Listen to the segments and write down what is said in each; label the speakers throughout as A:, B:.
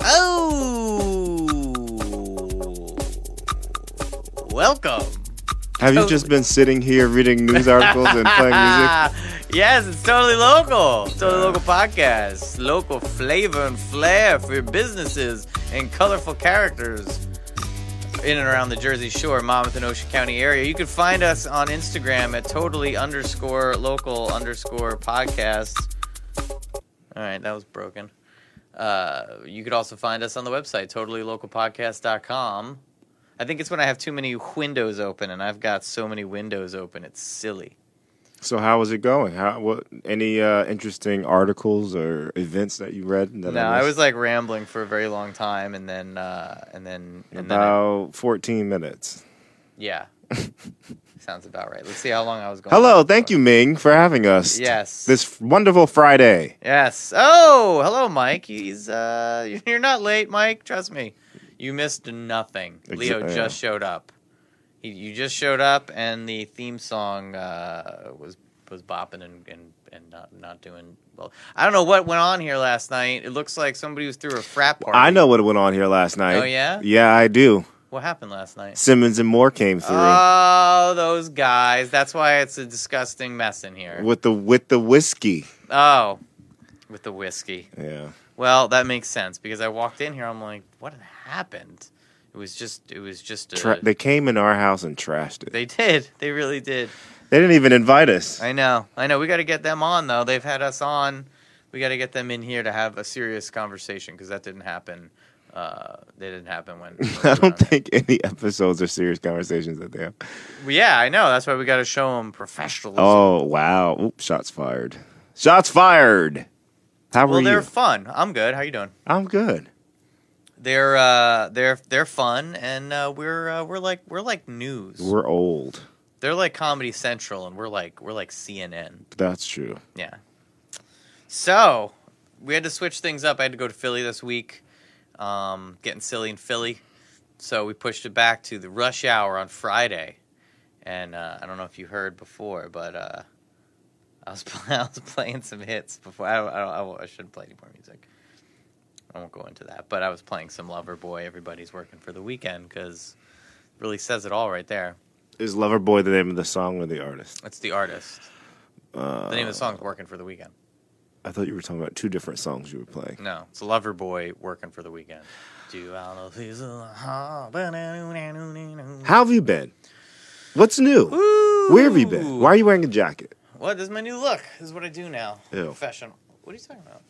A: Oh! welcome.
B: Have you just been sitting here reading news articles and playing music?
A: yes, it's totally local. It's totally local podcast. Local flavor and flair for your businesses and colorful characters in and around the Jersey Shore, Monmouth and Ocean County area. You can find us on Instagram at totally underscore local underscore podcast. All right, that was broken. Uh, you could also find us on the website, totallylocalpodcast.com. I think it's when I have too many windows open, and I've got so many windows open, it's silly.
B: So how was it going? How what any uh, interesting articles or events that you read? That
A: No, I was like rambling for a very long time, and then uh, and then and then I-
B: about 14 minutes.
A: yeah, sounds about right. Let's see how long I was going.
B: Hello, thank you Ming for having us.
A: Yes.
B: This wonderful Friday.
A: Yes. Oh, hello, Mike. He's uh, you're not late, Mike. Trust me, you missed nothing.
B: Exa- oh,
A: Leo
B: yeah.
A: just showed up. He, you just showed up, and the theme song uh, was was bopping and, and and not not doing well. I don't know what went on here last night. It looks like somebody was through a frat party.
B: I know what went on here last night.
A: Oh, yeah?
B: Yeah, I do.
A: what happened last night.
B: Simmons and Moore came through
A: Oh, those guys. That's why it's a disgusting mess in here.
B: with the with the whiskey.
A: oh, with the whiskey.
B: Yeah.
A: Well, that makes sense because I walked in here. I'm like, what happened? It was just, it was just. A,
B: Tra- they came in our house and trashed it. They,
A: they did. They really did.
B: didn't even invite us.
A: I know. I know. We got to get them on though. They've had us on. We got to get them in here to have a serious conversation because that didn't happen. Uh, they didn't happen when.
B: I don't think any episodes are serious conversations that they have.
A: Yeah, I know. That's why we got to show them professionalism.
B: Oh wow! Oop, shots fired. Shots fired. How
A: well,
B: are
A: they're
B: you?
A: fun. I'm good. How you doing?
B: I'm good.
A: They're uh, they're they're fun, and uh, we're uh, we're like we're like news.
B: We're old.
A: they're like Comedy Central, and we're like we're like CNN.
B: That's true.
A: Yeah. So we had to switch things up. I had to go to Philly this week, um, getting silly in Philly. So we pushed it back to the rush hour on Friday. And uh, I don't know if you heard before, but uh, I was pl- I was playing some hits before. I, don't, I, don't, I, won't- I shouldn't play any more music. I won't go into that. But I was playing some Lover Boy. Everybody's working for the weekend because really says it all right there.
B: Is Loverboy the name of the song or the artist?
A: It's the artist.
B: Uh,
A: The name of the song is "Working for the Weekend."
B: I thought you were talking about two different songs you were playing.
A: No, it's a lover boy working for the weekend. Do I know this is a holiday?
B: How have you been? What's new? Where have you been? Why are you wearing a jacket?
A: What this is my new look? This is what I do now.
B: Ew.
A: Professional. What are you talking about?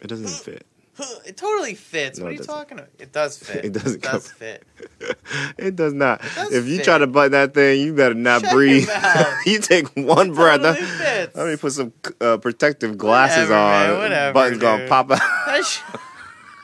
B: It doesn't fit.
A: It totally fits.
B: No,
A: what are
B: it
A: you
B: doesn't.
A: talking about? It does fit.
B: It doesn't
A: It does
B: cover-
A: fit.
B: It does not.
A: does
B: if you
A: fit.
B: try to button that thing, you better not
A: Shut your
B: breathe.
A: mouth.
B: you take one breath.
A: totally fits.
B: Let me put some uh, protective glasses
A: Whatever, man,
B: on.
A: whatever,
B: Button's gonna
A: dude.
B: pop out.
A: That sh-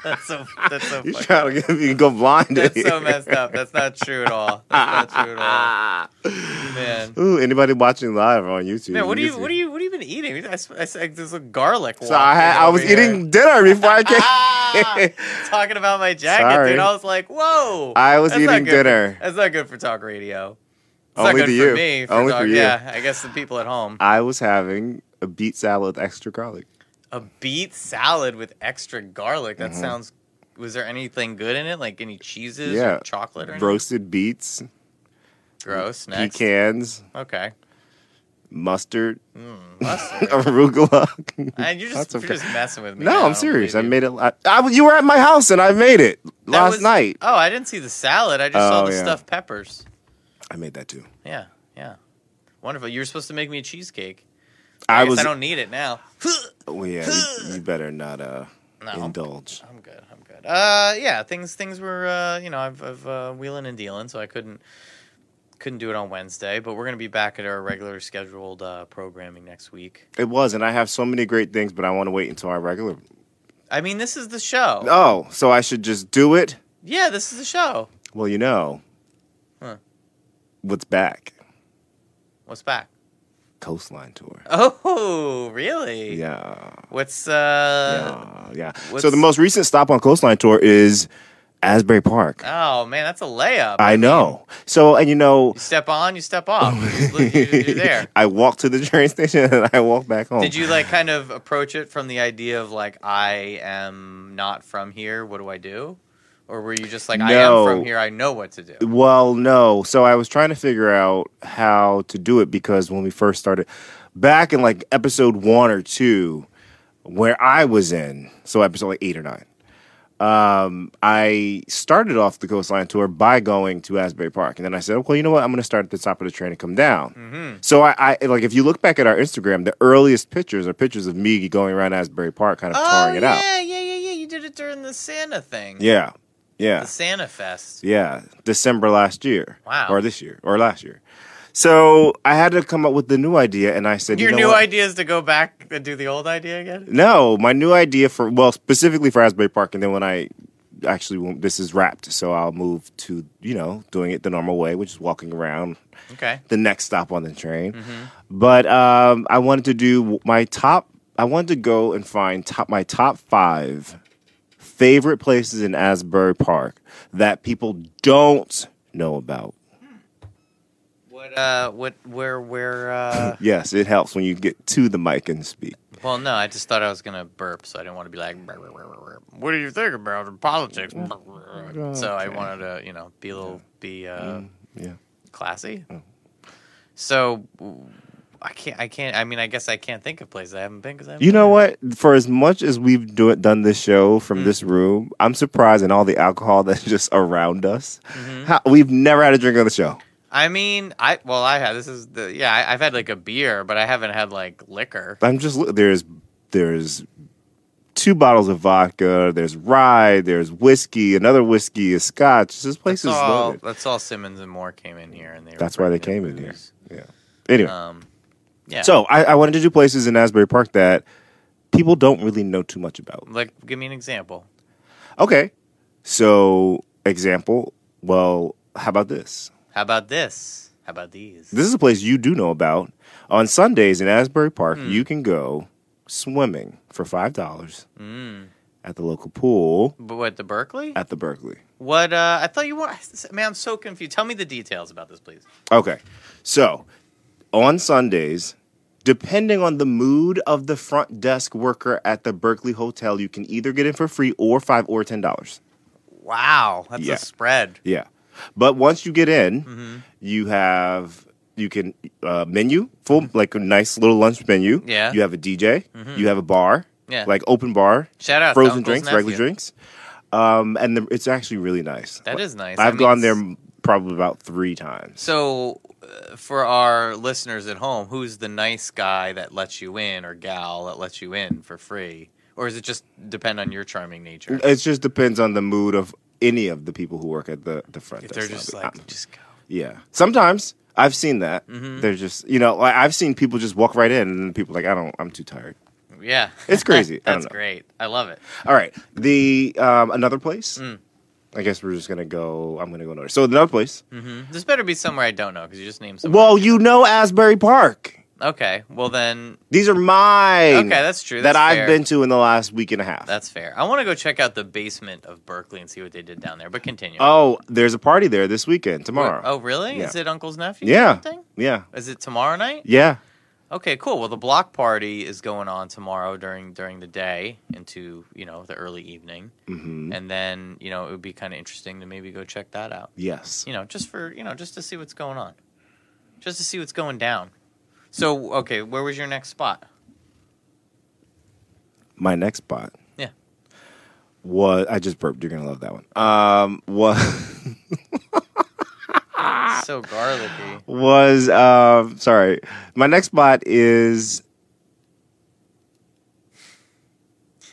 A: that's so. That's so.
B: You
A: fucking-
B: trying to get me to go blind? in
A: that's so
B: here.
A: messed up. That's not true at all. That's not true at all, man.
B: Ooh, anybody watching live on YouTube?
A: Man, what do
B: can
A: you?
B: see.
A: What do you? What have you been eating? I, s- I s- there's a garlic.
B: So I had, I was eating dinner before I came.
A: ah, talking about my jacket,
B: Sorry.
A: dude. I was like, whoa.
B: I was
A: That's not
B: eating
A: good for-
B: dinner.
A: that's not good for talk radio. It's
B: Only
A: not
B: to
A: good
B: you.
A: for me. For
B: Only
A: talk,
B: for you.
A: Yeah, I guess the people at home.
B: I was having a beet salad with extra garlic.
A: A beet salad with extra garlic.
B: Mm-hmm.
A: That sounds. Was there anything good in it? Like any cheeses
B: Yeah.
A: or chocolate or anything?
B: Roasted beets,
A: Gross. Next.
B: pecans,
A: Okay.
B: mustard,
A: Mustard.
B: arugula.
A: And Uh, you're just
B: That's
A: you're
B: okay.
A: just messing with me. now. I
B: No, I'm
A: don't
B: serious. I
A: believe you.
B: made it. I, I- you were at my house and I made it
A: That
B: last
A: was-
B: night.
A: Oh, I didn't see the salad. I just saw
B: Oh,
A: the
B: yeah.
A: stuffed peppers.
B: I made that too.
A: Yeah, yeah. Wonderful. You were supposed to make me a cheesecake.
B: I,
A: I, guess
B: was.
A: I don't need it now.
B: oh, yeah, you, you better not uh,
A: No.
B: indulge.
A: I'm good. I'm good. Uh, yeah, things things were uh, you know, I've I've uh, wheeling and dealing, so I couldn't couldn't do it on Wednesday, but we're gonna be back at our regular scheduled uh, programming next week.
B: It was, and I have so many great things, but I want to wait until our regular.
A: I mean, this is the show.
B: Oh, so I should just do it.
A: Yeah, this is the show.
B: Well, you know,
A: Huh.
B: what's back?
A: What's back?
B: Coastline tour.
A: Oh, really?
B: Yeah,
A: What's uh?
B: yeah, yeah. So
A: what's-
B: the most recent stop on Coastline tour is Asbury Park.
A: Oh man, that's a layup.
B: I know. So and you know,
A: You step on, you step off. Oh, You- You're there.
B: I walked to the train station and I walked back home.
A: Did you like kind of approach it from the idea of like I am not from here? What do I do? Or were you just like, I am
B: No.
A: from here, I know what to do?
B: Well, no. So I was trying to figure out how to do it because when we first started, back in like episode one or two, where I was in, so episode like eight or nine, um, I started off the coastline tour by going to Asbury Park, and then I said, "Well, you know what? I'm going to start at the top of the train and come down." So I, I like if you look back at our Instagram, the earliest pictures are pictures of me going around Asbury Park, kind of
A: Oh,
B: touring it
A: yeah,
B: out.
A: yeah, yeah, yeah. You did it during the Santa thing.
B: Yeah, yeah.
A: The Santa Fest.
B: Yeah, December last year.
A: Wow.
B: Or this year, or last year. So I had to come up with the new idea, and I said,
A: Your
B: you know
A: new
B: what?
A: idea is to go back and do the old idea again?
B: No, my new idea for well, specifically for Asbury Park, and then when I actually when this is wrapped, so I'll move to you know doing it the normal way, which is walking around
A: Okay.
B: the next stop on the train.
A: Mm-hmm.
B: But um, I wanted to do my top. I wanted to go and find top my top five favorite places in Asbury Park that people don't know about.
A: What, uh, what, where, where, uh,
B: Yes, it helps when you get to the mic and speak.
A: well, no, I just thought I was going to burp, so I didn't want to be like, "Brr, brr, brr, brr, brr. what do you think about politics?
B: Oh,
A: Brr, brr, brr." So I wanted to, you know, be a little, be, uh,
B: Yeah.
A: classy.
B: Hmm.
A: So w- I can't. I can't. I mean, I guess I can't think of places I haven't been because I. haven't
B: You know
A: been.
B: what? For as much as we've do done this show from this
A: Mm.
B: room, I'm surprised in all the alcohol that's just around us.
A: Mm-hmm.
B: How, we've never had a drink on the show.
A: I mean, I well, I have. This is the yeah. I, I've had like a beer, but I haven't had like liquor.
B: I'm just loo- there's there's two bottles of vodka, there's rye, there's whiskey, another whiskey, a scotch. This place
A: That's
B: is
A: all.
B: loaded.
A: That's all. Simmons and Moore came in here, and they. were
B: That's why they
A: bringing
B: came in here.
A: booze.
B: Yeah. Anyway,
A: Um, yeah.
B: so I, I wanted to do places in Asbury Park that people don't really know too much about.
A: like, give me an example.
B: Okay. So, example, well, how about this?
A: How about this? How about these?
B: This is a place you do know about. On Sundays in Asbury Park, you can go swimming for $5 at the local pool
A: Hmm. But what the Berkeley?
B: at the Berkeley.
A: What? uh I thought you were. Man, I'm so confused. Tell me the details about this, please.
B: Okay. So, on Sundays, depending on the mood of the front desk worker at the Berkeley Hotel, you can either get in for free or 5 or $10.
A: Wow, that's
B: Yeah.
A: a spread.
B: Yeah. But once you get in,
A: Mm-hmm.
B: you have you can uh, menu full like a nice little lunch menu.
A: Mm-hmm. Yeah. Mm-hmm.
B: You have a DJ. You have a bar.
A: Yeah.
B: Like open bar.
A: Shout out to
B: Frozen
A: Uncle's
B: drinks, regular
A: nephew.
B: drinks. Um, and the, it's actually really nice.
A: That is nice.
B: I've
A: That
B: gone
A: means-
B: there probably about three times.
A: So, uh, for our listeners at home, who's the nice guy that lets you in or gal that lets you in for free? Or is it just depend on your charming nature?
B: It just depends on the mood of any of the people who work at the the front
A: If
B: desk.
A: they're just
B: lobby.
A: like, Mm-hmm.
B: Uh,
A: just go.
B: yeah. Sometimes I've seen that. They're just you know like I've seen people just walk right in and people are like I don't I'm too tired.
A: Yeah.
B: It's crazy. I don't
A: That's
B: know.
A: great. I love it.
B: All right. The um, another place.
A: Mm.
B: I guess we're just gonna go. I'm gonna go another. So another place.
A: Mm-hmm. This better be somewhere I don't know because you just named somewhere.
B: Well, you know Asbury Park.
A: okay. Well, then
B: These are mine.
A: Okay, that's true.
B: That
A: That's
B: I've
A: fair.
B: been to in the last week and a half.
A: that's fair. I want to go check out the basement of Berkeley and see what they did down there, but continue.
B: oh, there's a party there this weekend tomorrow.
A: Oh, really?
B: Yeah.
A: Is it Uncle's Nephew? or
B: yeah,
A: something?
B: yeah,
A: Is it tomorrow night?
B: yeah.
A: Okay, cool. Well, the block party is going on tomorrow during during the day into you know the early evening,
B: hmm
A: and then you know it would be kind of interesting to maybe go check that out.
B: Yes.
A: You know, just for you know just to see what's going on, just to see what's going down. So okay, where was your next spot?
B: My next spot.
A: Yeah.
B: Was I just burped? You're gonna love that one. Um. Was
A: so garlicky.
B: was um. Sorry. My next spot is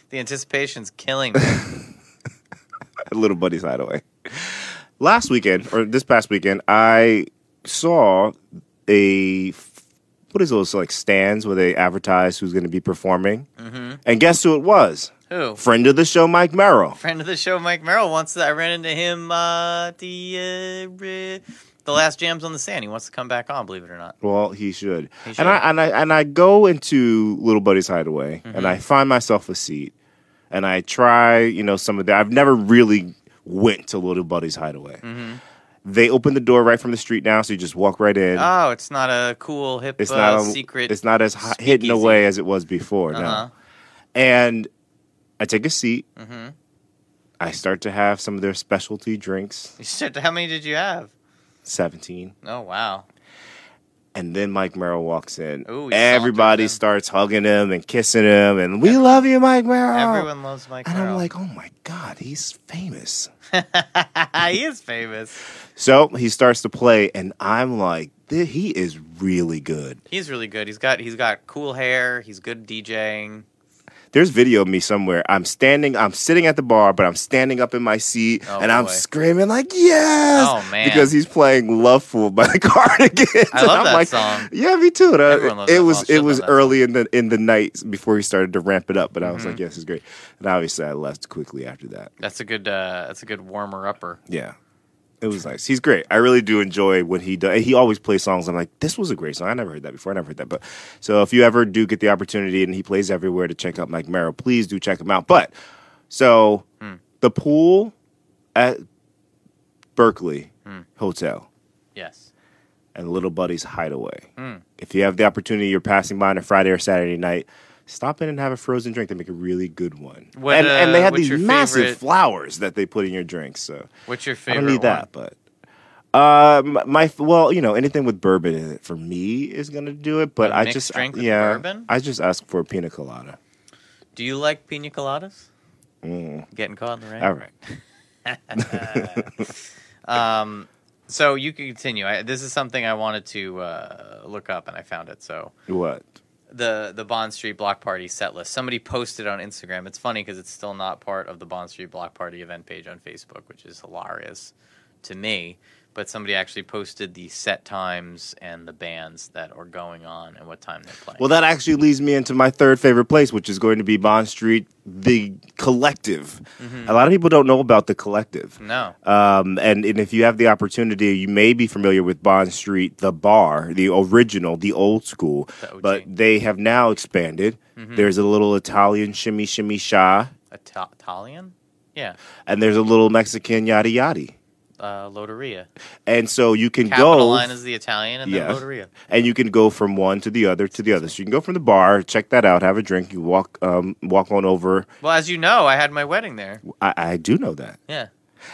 A: The anticipation's killing me.
B: Little Buddy's Hideaway. Last weekend, or this past weekend, I saw a f- what is those like stands where they advertise who's going to be performing,
A: Mhm.
B: and guess who it was?
A: Who?
B: Friend of the show, Mike Merrill.
A: Friend of the show, Mike Merrill. Once I ran into him uh, at the uh, re- the last jams on the sand. He wants to come back on. Believe it or not.
B: Well, he should.
A: He should.
B: And I and I and I go into Little Buddy's Hideaway, and
A: Mm-hmm.
B: I find myself a seat, and I try, you know, some of the. I've never really went to Little Buddy's Hideaway.
A: Mm-hmm.
B: They open the door right from the street now, so you just walk right in.
A: Oh, it's not a cool hip
B: It's
A: uh,
B: not a,
A: secret.
B: It's not as hi- hidden
A: speakeasy.
B: away as it was before.
A: Uh-huh.
B: No. And I take a seat.
A: Mhm.
B: I start to have some of their specialty drinks,
A: You said, how many did you have?
B: 17.
A: Oh, wow.
B: And then Mike Merrill walks in.
A: Ooh, he
B: Everybody
A: saunters in.
B: starts hugging him and kissing him, and we love you, Mike Merrill.
A: Everyone loves Mike
B: Oh, and
A: Merrill.
B: I'm like, oh my God, he's famous.
A: he is famous.
B: So he starts to play, and I'm like, "Th- he is really good.
A: He's really good. He's got he's got cool hair. He's good DJing.
B: There's video of me somewhere. I'm standing, I'm sitting at the bar, but I'm standing up in my seat
A: Oh,
B: and I'm
A: boy.
B: screaming, like, yes!
A: Oh, man.
B: Because he's playing Love Fool by the Cardigans.
A: I
B: And
A: love
B: I'm
A: that
B: like,
A: song.
B: Yeah, me too. And I-
A: Everyone loves
B: it
A: that
B: was
A: song.
B: it
A: Should
B: was
A: love that
B: early in the in the night before he started to ramp it up, but I was
A: Mm-hmm.
B: like, yes, it's great. And obviously, I left quickly after that.
A: That's a good uh, that's a good warmer upper.
B: Yeah. It was nice. He's great. I really do enjoy when he does. He always plays songs. I'm like, this was a great song. I never heard that before. I never heard that. But so if you ever do get the opportunity and he plays everywhere to check out Mike Merrill, please do check him out. But so
A: Hmm.
B: the pool at Berkeley
A: Hmm.
B: Hotel
A: Yes.
B: and Little Buddy's Hideaway.
A: Hmm.
B: If you have the opportunity, you're passing by on a Friday or Saturday night, stop in and have a frozen drink. They make a really good one.
A: What,
B: and, and they
A: uh,
B: had
A: what's
B: these
A: your
B: massive
A: favorite-
B: flowers that they put in your drinks. So.
A: What's your
B: I
A: favorite?
B: don't
A: one?
B: need that, but uh, my- my well, you know, anything with bourbon in it for me is gonna do it. But
A: A
B: I
A: mixed
B: just
A: drink with
B: yeah,
A: bourbon?
B: I just ask for a pina colada.
A: Do you like pina coladas?
B: Mm.
A: Getting caught in the rain.
B: All right,
A: Um, so you can continue. I, this is something I wanted to uh, look up, and I found it. So
B: what?
A: the the Bond Street Block Party set list. Somebody posted on Instagram. It's funny because it's still not part of the Bond Street Block Party event page on Facebook, which is hilarious to me. But somebody actually posted the set times and the bands that are going on and what time they're playing.
B: Well, that actually leads me into my third favorite place, which is going to be Bond Street, the Collective.
A: Mm-hmm.
B: A lot of people don't know about the Collective.
A: no,
B: Um, and, and if you have the opportunity, you may be familiar with Bond Street, the bar, the original, the old school.
A: The Mm-hmm. OG.
B: but they have now expanded. There's a little Italian shimmy shimmy sha,
A: Ita- Italian, yeah,
B: and there's a little Mexican yada yada.
A: uh, Loteria.
B: And so you can
A: Capital
B: go.
A: line is the Italian, and then
B: Yes.
A: Loteria.
B: and you can go from one to the other to the other. So you can go from the bar, check that out, have a drink. You walk, um, walk on over.
A: Well, as you know, I had my wedding there.
B: I, I do know that.
A: Yeah,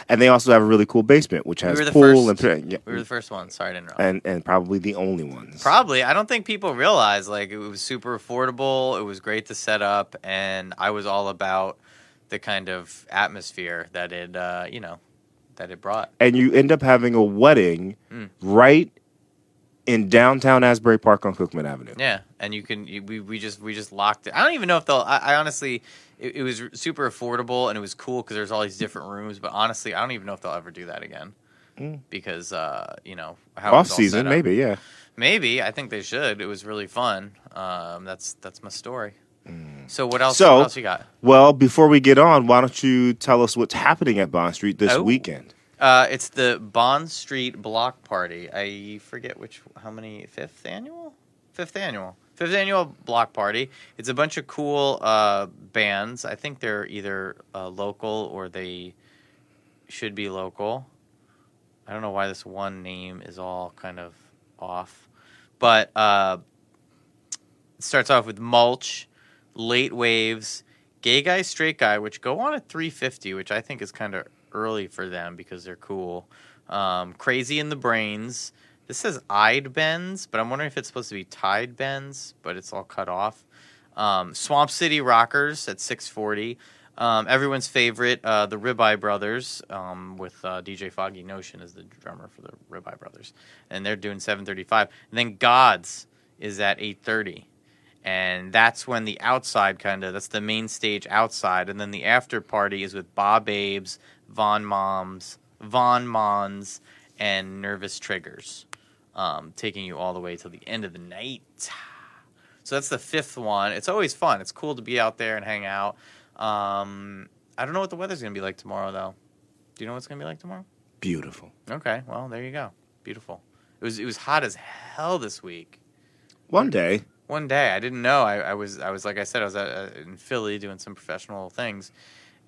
B: And they also have a really cool basement, which has
A: were the
B: pool
A: first.
B: and yeah,
A: we were the first one. Sorry to interrupt.
B: and and probably the only ones.
A: Probably. I don't think people realize like it was super affordable. It was great to set up, and I was all about the kind of atmosphere that it, uh, you know, that it brought.
B: and you end up having a wedding
A: Mm.
B: right in downtown Asbury Park on Cookman Avenue.
A: Yeah, and you can you, we we just we just locked it. I don't even know if they'll. I, I honestly, it, it was super affordable and it was cool because there's all these different rooms. But honestly, I don't even know if they'll ever do that again because uh, you know how it
B: Off
A: was all set
B: season,
A: up.
B: maybe, yeah.
A: Maybe I think they should. It was really fun. Um, that's that's my story. So what else?
B: Mm. So-
A: what else you got?
B: Well, before we get on, why don't you tell us what's happening at Bond Street this
A: Oh.
B: weekend?
A: Uh, it's the Bond Street Block Party. I forget which, how many, fifth annual? Fifth annual. Fifth annual block party. It's a bunch of cool uh, bands. I think they're either uh, local or they should be local. I don't know why this one name is all kind of off. But uh, it starts off with Mulch, Late Waves, Gay Guy, Straight Guy, which go on at 350, which I think is kind of early for them because they're cool. Um, Crazy in the Brains. This says Eyed Bends, but I'm wondering if it's supposed to be Tide Bends, but it's all cut off. Um, Swamp City Rockers at 640. Um, everyone's favorite, uh, the Ribeye Brothers, um, with uh, DJ Foggy Notion as the drummer for the Ribeye Brothers, and they're doing 7:35. And then Gods is at 8:30, and that's when the outside kind of that's the main stage outside, and then the after party is with Bob Babes, Von Moms, Von Mons, and Nervous Triggers, um, taking you all the way till the end of the night. So that's the fifth one. It's always fun. It's cool to be out there and hang out. Um, I don't know what the weather's going to be like tomorrow, though. Do you know what it's going to be like tomorrow?
B: Beautiful.
A: Okay, well there you go. Beautiful. It was it was hot as hell this week.
B: One day,
A: One day I didn't know. I, I was I was like I said I was at, uh, in Philly doing some professional things,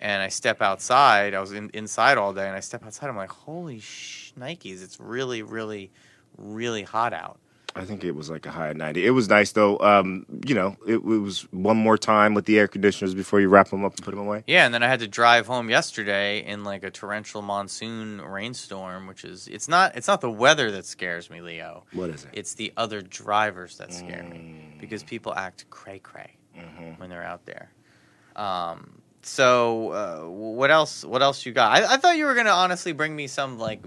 A: and I step outside. I was in, inside all day, and I step outside. I'm like, holy sh- Nikes! It's really really really hot out.
B: I think it was like a high of 90. It was nice though. Um, you know, it, it was one more time with the air conditioners before you wrap them up and put them away.
A: Yeah, and then I had to drive home yesterday in like a torrential monsoon rainstorm, which is it's not it's not the weather that scares me, Leo.
B: What is it?
A: It's the other drivers that scare
B: Mm-hmm.
A: me
B: Mm.
A: because people act cray cray when they're out there. Um, so uh, what else? What else you got? I, I thought you were gonna honestly bring me some like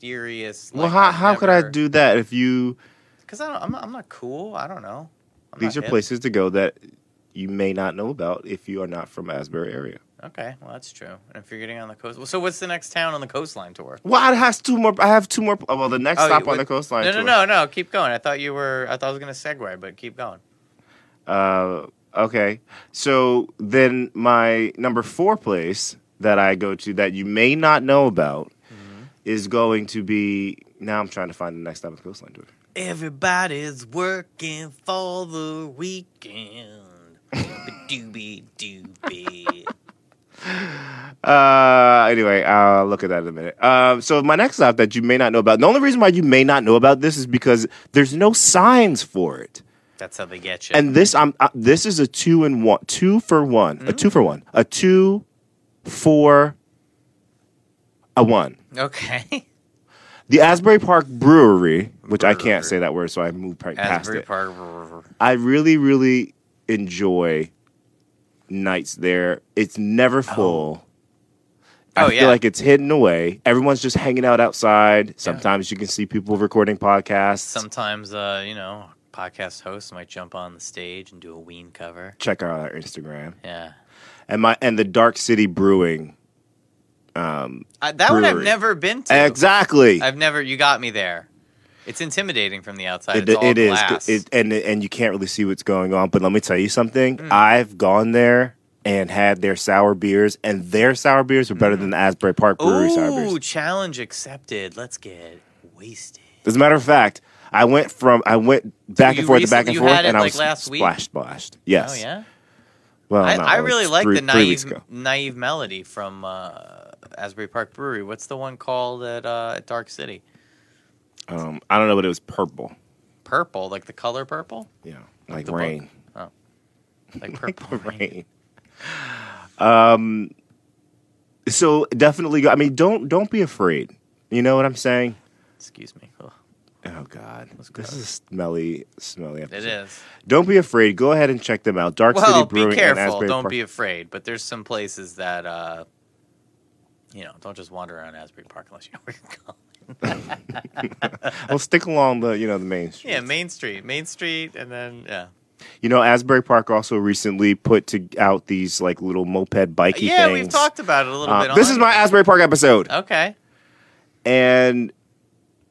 A: mysterious.
B: well, how, how could I do that if you
A: Because I don't, I'm, not, I'm not cool. I don't know. I'm
B: these are
A: not hip.
B: places to go that you may not know about if you are not from Asbury area?
A: Okay, well that's true. And if you're getting on the coast, well, so what's the next town on the coastline tour?
B: Well, I have two more. I have two more. oh, Well, the next
A: Oh,
B: stop
A: wait.
B: on the coastline.
A: No,
B: tour.
A: no, no, no. Keep going. I thought you were. I thought I was going to segue, but keep going.
B: Uh, okay. So then my number four place that I go to that you may not know about
A: Mm-hmm.
B: is going to be. Now I'm trying to find the next stop on the coastline tour.
A: Everybody's working for the weekend. doobie doobie.
B: Uh, anyway, I'll look at that in a minute. Um, so my next stop that you may not know about. The only reason why you may not know about this is because there's no signs for it.
A: That's how they get you.
B: And this, I'm. I, this is a two and one, two for one, a
A: Mm-hmm.
B: two for one, a two, for, a one.
A: okay.
B: The Asbury Park Brewery, which I
A: Brewery.
B: can't say that word, so I moved right past
A: Asbury
B: it.
A: Park.
B: I really, really enjoy nights there. It's never full. I
A: Oh,
B: feel
A: yeah.
B: like it's hidden away. Everyone's just hanging out outside. Sometimes you can see people recording podcasts.
A: Sometimes, uh, you know, podcast hosts might jump on the stage and do a ween cover.
B: Check out our Instagram
A: Yeah.
B: and my and the Dark City Brewing.
A: I, that one I've
B: Brewery.
A: never been to.
B: Exactly.
A: I've never. You got me there. It's intimidating from the outside.
B: It,
A: it's all
B: it is,
A: glass.
B: it, and and you can't really see what's going on. But let me tell you something.
A: Mm.
B: I've gone there and had their sour beers, and their sour beers are better than the Asbury Park Brewery sour beers.
A: Mm. Ooh, challenge accepted. Let's get wasted.
B: As a matter of fact, I went from I went back
A: you
B: and forth,
A: recent-
B: back and
A: you
B: forth,
A: had it,
B: and I
A: like,
B: was
A: last week?
B: splashed, splashed. Yes.
A: Oh yeah,
B: Well,
A: I,
B: no,
A: I
B: it was
A: really like
B: three-
A: the
B: three weeks
A: naive
B: ago.
A: naive melody from uh, Asbury Park Brewery. What's the one called at uh, at Dark City?
B: Um, I don't know, but it was purple.
A: Purple, like the color purple,
B: Yeah, like
A: the Oh.
B: rain,
A: like purple rain.
B: rain. Um, so definitely, go- I mean, don't don't be afraid. You know what I'm saying?
A: Excuse me. Ugh,
B: Oh God, this
A: gross.
B: is a smelly, smelly.
A: It
B: Episode.
A: is.
B: Don't be afraid. Go ahead and check them out. Dark
A: Well,
B: City
A: be
B: Brewing and
A: careful.
B: Asbury
A: Don't
B: Park.
A: be afraid. But there's some places that uh, you know don't just wander around Asbury Park unless you know where you're going.
B: well, stick along the you know the main street.
A: Yeah, Main Street, Main Street, and then yeah.
B: You know, Asbury Park also recently put to out these like little moped bikey
A: yeah,
B: things.
A: we've talked about it a little
B: Uh,
A: bit.
B: this
A: on
B: is my Asbury Park episode,
A: okay.
B: and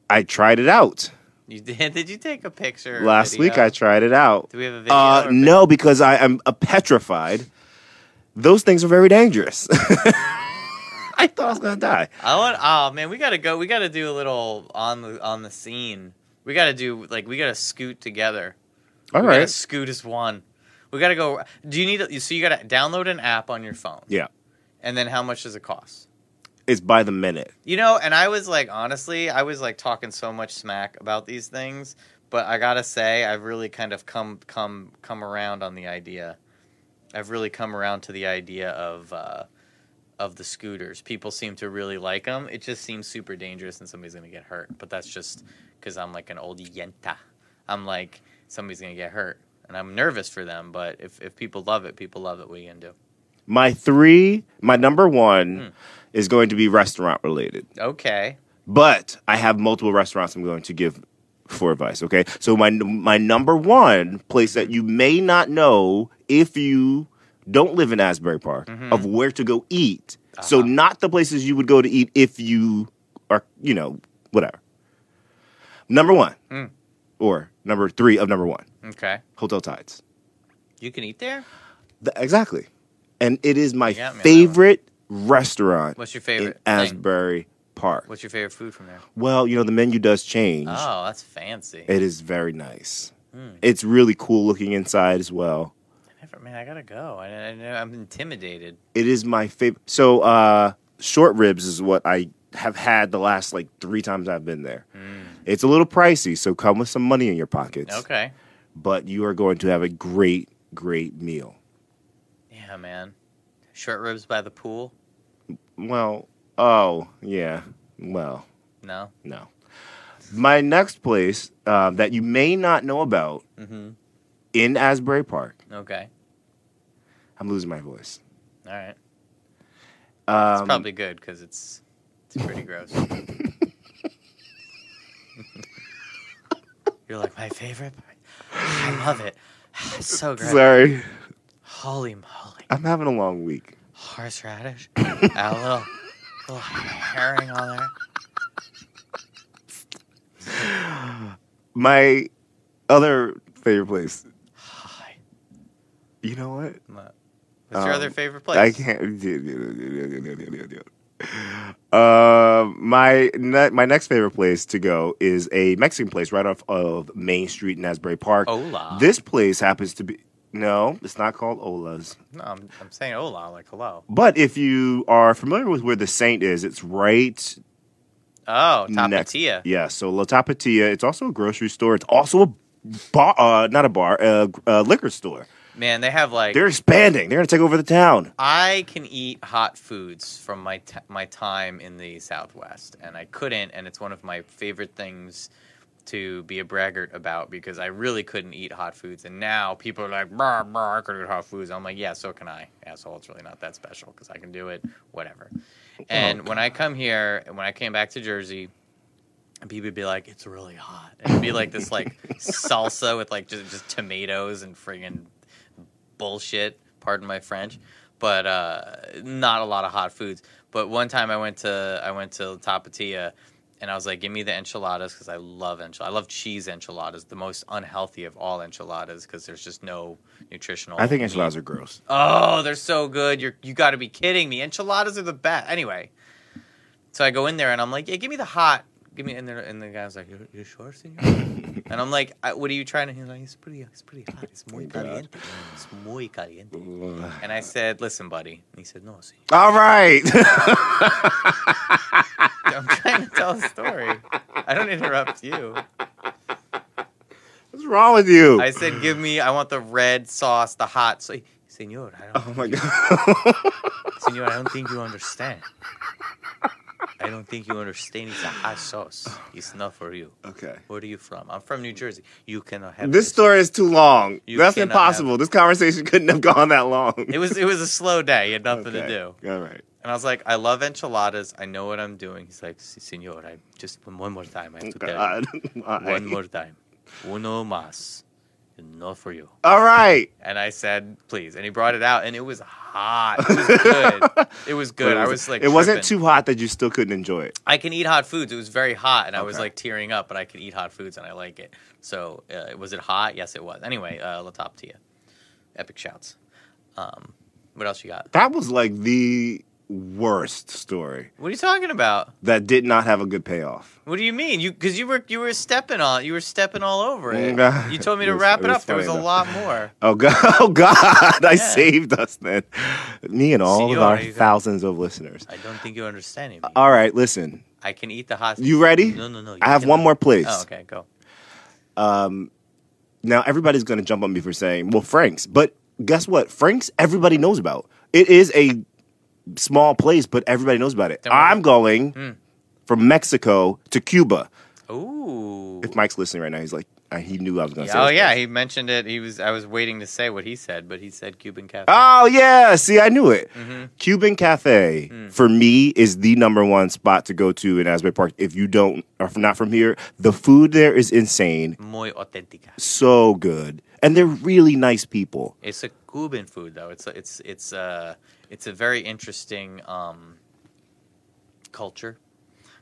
B: I tried it out
A: You did? Did you take a picture or
B: last
A: video?
B: week. I tried it out.
A: Do we have a video?
B: Uh,
A: or-
B: no, because I am uh, petrified. Those things are very dangerous. I thought I was gonna die.
A: I want. Oh man, we gotta go. We gotta do a little on the on the scene. We gotta do like we gotta scoot together.
B: All
A: we
B: right.
A: Gotta scoot as one. We gotta go. Do you need? So you gotta download an app on your phone.
B: Yeah,
A: And then how much does it cost?
B: it's by the minute.
A: You know, and I was like, honestly, I was like talking so much smack about these things, but I gotta say, I've really kind of come come come around on the idea. I've really come around to the idea of uh, of the scooters. People seem to really like them. It just seems super dangerous, and somebody's gonna get hurt. But that's just because I'm like an old yenta. I'm like somebody's gonna get hurt, and I'm nervous for them. But if if people love it, people love it. What are you gonna do?
B: My three, my number one,
A: Hmm.
B: is going to be restaurant related.
A: Okay.
B: but I have multiple restaurants I'm going to give for advice. Okay, so my my number one place that you may not know if you don't live in Asbury Park
A: Mm-hmm.
B: of where to go eat.
A: Uh-huh.
B: So not the places you would go to eat if you are you know whatever. Number one
A: Hmm.
B: or number three of number one
A: Okay.
B: hotel tides.
A: You can eat there.
B: Th- exactly, and it is my
A: You got me on that one.
B: favorite restaurant.
A: What's your favorite
B: in
A: thing?
B: Asbury Park?
A: What's your favorite food from there?
B: well, you know the menu does change.
A: Oh, Hmm. that's fancy.
B: It is very nice. It's really cool looking inside as well.
A: I never, man, I gotta go. I, I, know- I'm intimidated.
B: It is my favorite. So, uh, short ribs is what I have had the last like three times I've been there. It's a little pricey, so come with some money in your pockets.
A: Hmm. Okay.
B: But you are going to have a great, great meal.
A: Yeah, man. Short ribs by the pool.
B: Well, oh, yeah. Well,
A: No.
B: no. My next place uh, that you may not know about
A: Mm-hmm.
B: in Asbury Park,
A: Okay.
B: I'm losing my voice.
A: All right.
B: Um,
A: It's probably good because it's it's pretty gross. You're like my favorite part. I love it. It's so great.
B: Sorry,
A: Holy moly.
B: I'm having a long week.
A: Horseradish. Add a little, little herring on there.
B: My other favorite place.
A: Hi.
B: You know what?
A: What's your
B: Um,
A: other favorite place?
B: I can't. do- do- do- do- do- do- do- do. Uh, my ne- my next favorite place to go is a Mexican place right off of Main Street in Asbury Park.
A: Hola.
B: This place happens to be no, it's not called Ola's.
A: No, I'm, I'm saying hola, like hello.
B: But if you are familiar with where the Saint is, it's right
A: Oh,
B: Next.
A: tapatia.
B: Yeah, so La Tapatia. It's also a grocery store. It's also a bar, uh, not a bar, a, a liquor store.
A: Man, they have like
B: They're expanding. They're gonna take over the town.
A: I can eat hot foods from my t- my time in the Southwest, and I couldn't, and it's one of my favorite things to be a braggart about because I really couldn't eat hot foods, and now people are like, "Brr, brr, I could eat hot foods." I'm like, "Yeah, so can I, asshole. It's really not that special because I can do it, whatever." And when I come here, when I came back to Jersey. And people would be like, "It's really hot." And It'd be like this, like salsa with like just just tomatoes and friggin' bullshit. Pardon my French, but uh, not a lot of hot foods. But one time I went to I went to Tapatia, and I was like, "Give me the enchiladas because I love enchil. I love cheese enchiladas, the most unhealthy of all enchiladas because there's just no nutritional."
B: I think enchiladas are gross.
A: Oh, they're so good. You're you got to be kidding me. Enchiladas are the best. Anyway, so I go in there and I'm like, yeah, give me the hot. Give me and, they're- and the guy's like, you're, you're sure, senor? and I'm like, I, what are you trying to? He's like, it's pretty, it's pretty hot. It's muy caliente. It's muy caliente. And I said, listen, buddy. And he said, no, senor.
B: All right.
A: I'm trying to tell a story. I don't interrupt you.
B: What's wrong with you?
A: I said, give me. I want the red sauce, the hot. So, senor, I don't.
B: oh my god.
A: Senor, I don't think you understand. I don't think you understand. It's a hot sauce. It's not for you.
B: okay.
A: Where are you from? I'm from New Jersey. You cannot have
B: This story is too long.
A: You
B: That's
A: cannot
B: impossible. This conversation couldn't have gone that long.
A: It was it was a slow day. He had nothing to do.
B: All right.
A: And I was like, I love enchiladas. I know what I'm doing. He's like, "Si- Senor, I just one one more time. I have to tell you.
B: God. Why?
A: One more time. Uno mas. Not for you.
B: All right.
A: And I said, please. And he brought it out, and it was hot. It was good. It was good. I was like,
B: it wasn't
A: tripping.
B: too hot that you still couldn't enjoy it.
A: I can eat hot foods. It was very hot, and I was
B: Okay.
A: like tearing up. But I could eat hot foods, and I like it. So, uh, was it hot? Yes, it was. Anyway, uh, La Tapatía, epic shouts. Um, what else you got?
B: That was like the worst story
A: What are you talking about?
B: that did not have a good payoff.
A: What do you mean? You because you were you were stepping on you were stepping all over it.
B: Mm,
A: You told me
B: it
A: to
B: was-
A: wrap
B: it
A: it
B: was
A: up. There was a
B: funny, though.
A: lot more.
B: Oh God! Oh God! I
A: Yeah.
B: saved us then. Me and all
A: Senor,
B: of our
A: you got-
B: thousands of listeners.
A: I don't think you're understanding me.
B: All right, listen.
A: I can eat the hot.
B: Uh, You ready?
A: No, no, no. you
B: I have one
A: cannot.
B: more place.
A: Oh, okay, go.
B: Now everybody's going to jump on me for saying, "Well, Frank's," but guess what? Frank's everybody knows about. It is a small place, but everybody knows about it.
A: Don't worry. Hmm.
B: I'm going from Mexico to Cuba.
A: Ooh.
B: If Mike's listening right now, he's like, uh, he knew I was going to say.
A: Oh
B: this
A: yeah,
B: place.
A: he mentioned it. He was. I was waiting to say what he said, but he said Cuban cafe.
B: Oh yeah, see, I knew it.
A: Mm-hmm.
B: Cuban Cafe
A: Mm.
B: for me is the number one spot to go to in Asbury Park. If you don't are not from here, the food there is insane,
A: muy auténtica.
B: so good, and they're really nice people.
A: It's a Cuban food though. It's a, it's it's a it's a very interesting um, culture.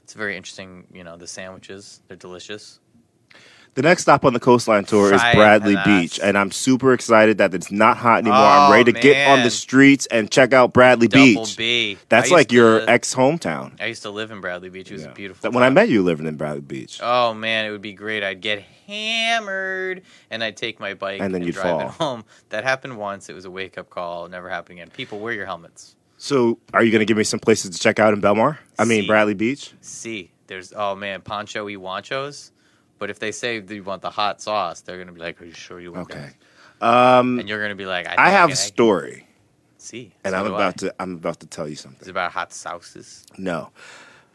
A: It's very interesting. You know the sandwiches. They're delicious.
B: The next stop on the coastline tour
A: Fried
B: is Bradley
A: and
B: Beach,
A: ass.
B: and I'm super excited that it's not hot anymore. I'm
A: Oh,
B: ready to get on
A: man.
B: the streets and check out Bradley
A: Double
B: Beach.
A: B. I
B: That's
A: used
B: like your
A: to-
B: ex hometown.
A: I used to live in Bradley Beach. It was a beautiful.
B: When I
A: time.
B: met you, living in Bradley Beach.
A: Oh man, it would be great. I'd get hammered, and I'd take my bike
B: And then you'd
A: drive
B: fall.
A: it home. That happened once. It was a wake up call. It'll Never happen again. People wear your helmets.
B: So, are you going to give me some places to check out in Belmar? I mean,
A: See.
B: Bradley Beach.
A: See, there's oh man, Pancho y Wanchos. But if they say that you want the hot sauce, they're gonna be like, "Are you sure you want
B: Okay.
A: that?" And you're gonna be like, "I,
B: I
A: think
B: have
A: I
B: a story,
A: see."
B: and
A: So
B: I'm
A: do I.
B: about to I'm about to tell you something.
A: It's about hot sauces.
B: No.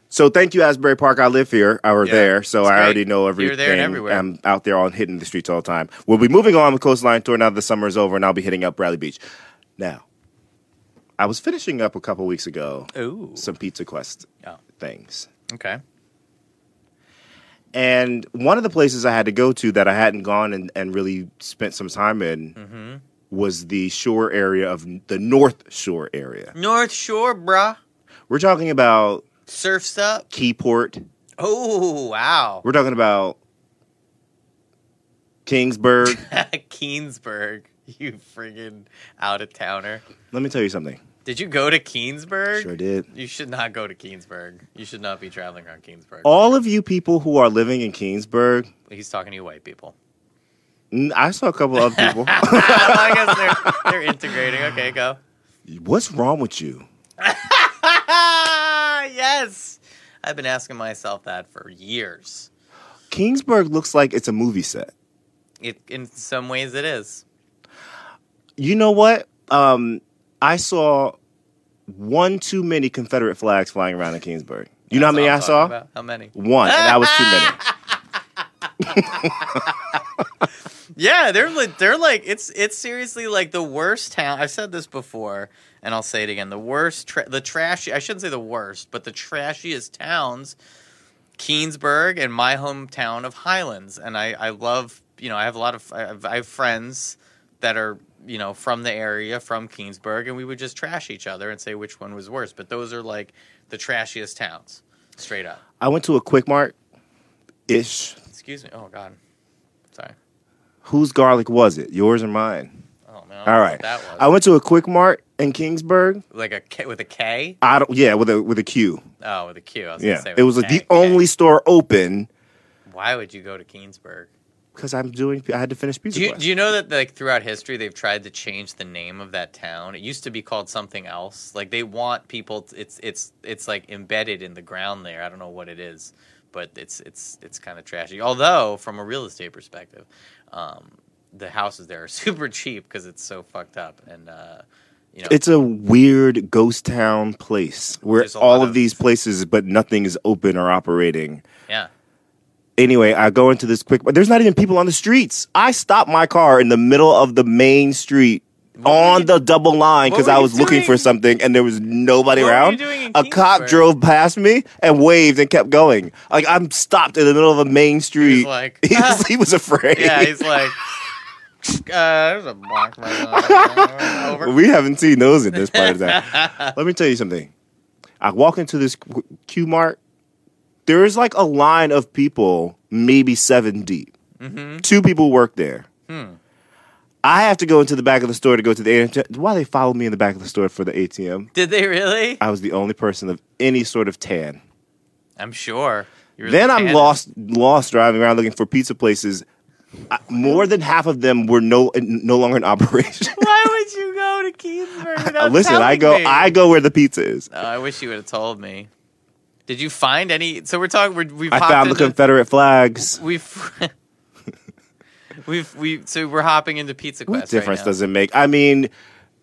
B: So thank you, Asbury Park. I live here. I were
A: Yeah,
B: there, so
A: it's
B: I
A: great.
B: already know
A: You're there
B: everything.
A: and everywhere.
B: I'm out there on hitting the streets all the time. We'll be moving on with Coastline Tour now that the summer is over, and I'll be hitting up Bradley Beach. Now, I was finishing up a couple weeks ago
A: Ooh.
B: some Pizza Quest
A: Oh.
B: things,
A: Okay.
B: and one of the places I had to go to that I hadn't gone and, and really spent some time in
A: Mm-hmm.
B: was the shore area of the North Shore area.
A: North Shore, bruh.
B: We're talking about
A: Surfs up.
B: Keyport.
A: Oh wow.
B: We're talking about Kingsburg.
A: Keensburg, you friggin' out of towner.
B: Let me tell you something.
A: Did you go to Keensburg?
B: Sure did.
A: You should not go to Keensburg. You should not be traveling around Keensburg.
B: All of you people who are living in Kingsburg,
A: He's talking to you white people.
B: n- I saw a couple of people.
A: I guess they're, they're integrating. Okay, go.
B: What's wrong with you?
A: yes. I've been asking myself that for years.
B: Kingsburg looks like it's a movie set.
A: It, in some ways, it is.
B: You know what? Um, I saw one too many Confederate flags flying around in Kingsburg. You know how
A: That's
B: many
A: all
B: I
A: I'm talking
B: saw?
A: about. How many?
B: One, and that was too many.
A: Yeah, they're li- they're like it's it's seriously like the worst town. I've said this before, and I'll say it again. The worst, tra- the trashy. I shouldn't say the worst, but the trashiest towns, Keensburg and my hometown of Highlands. And I I love you know I have a lot of I have, I have friends that are you know from the area from Keensburg, and we would just trash each other and say which one was worse. But those are like the trashiest towns, straight up.
B: I went to a Quick Mart ish.
A: Excuse me. Oh God, sorry.
B: Whose garlic was it? Yours or mine?
A: Oh man. I don't know
B: All
A: what
B: right.
A: That was
B: I went to a Quick Mart in Kingsburg.
A: like a K with a K.
B: I don't. Yeah, with a with a Q.
A: Oh, with a Q. I was
B: Yeah,
A: gonna say
B: it was
A: with
B: like the
A: K.
B: only store open
A: Why would you go to Keensburg?
B: because I'm doing. I had to finish Pizza
A: Do you,
B: Quest.
A: do you know that like throughout history they've tried to change the name of that town? It used to be called something else. Like they want people. t- it's it's it's like embedded in the ground there. I don't know what it is, but it's it's it's kind of trashy. Although from a real estate perspective, um, the houses there are super cheap because it's so fucked up and uh, you know
B: it's a weird ghost town place where
A: There's a
B: all
A: lot
B: of,
A: of-
B: these places, but nothing is open or operating.
A: yeah.
B: Anyway, I go into this quick, but there's not even people on the streets. I stopped my car in the middle of the main street.
A: were
B: on
A: you-
B: the double line
A: what
B: because
A: were
B: I
A: you
B: was looking for
A: doing?
B: something and there was nobody
A: What were you
B: around.
A: doing in
B: a cop
A: Kingsburg?
B: drove past me and waved and kept going. Like I'm stopped in the middle of a main street.
A: He's like
B: he, was, he was afraid.
A: yeah. He's like uh, there's a black man over.
B: We haven't seen those in this part of that. Let me tell you something. I walk into this Q- Q Mart. There is like a line of people, maybe seven deep.
A: Mm-hmm.
B: Two people work there.
A: Hmm.
B: I have to go into the back of the store to go to the ATM. Why they followed me in the back of the store for the ATM?
A: Did they really?
B: I was the only person of any sort of tan.
A: I'm sure. You were
B: then
A: the
B: I'm
A: fan.
B: lost, lost driving around looking for pizza places. I- More than half of them were no no longer in operation.
A: Why would you go to Keensburg? without
B: Listen, I
A: telling
B: go
A: me?
B: I go where the pizza is.
A: Oh, I wish you would have told me. Did you find any? So we're talking. We're, we've
B: I
A: hopped
B: found the
A: into,
B: Confederate flags.
A: We've. We've we so we're hopping into Pizza Quest.
B: What difference
A: right now.
B: does it make? I mean,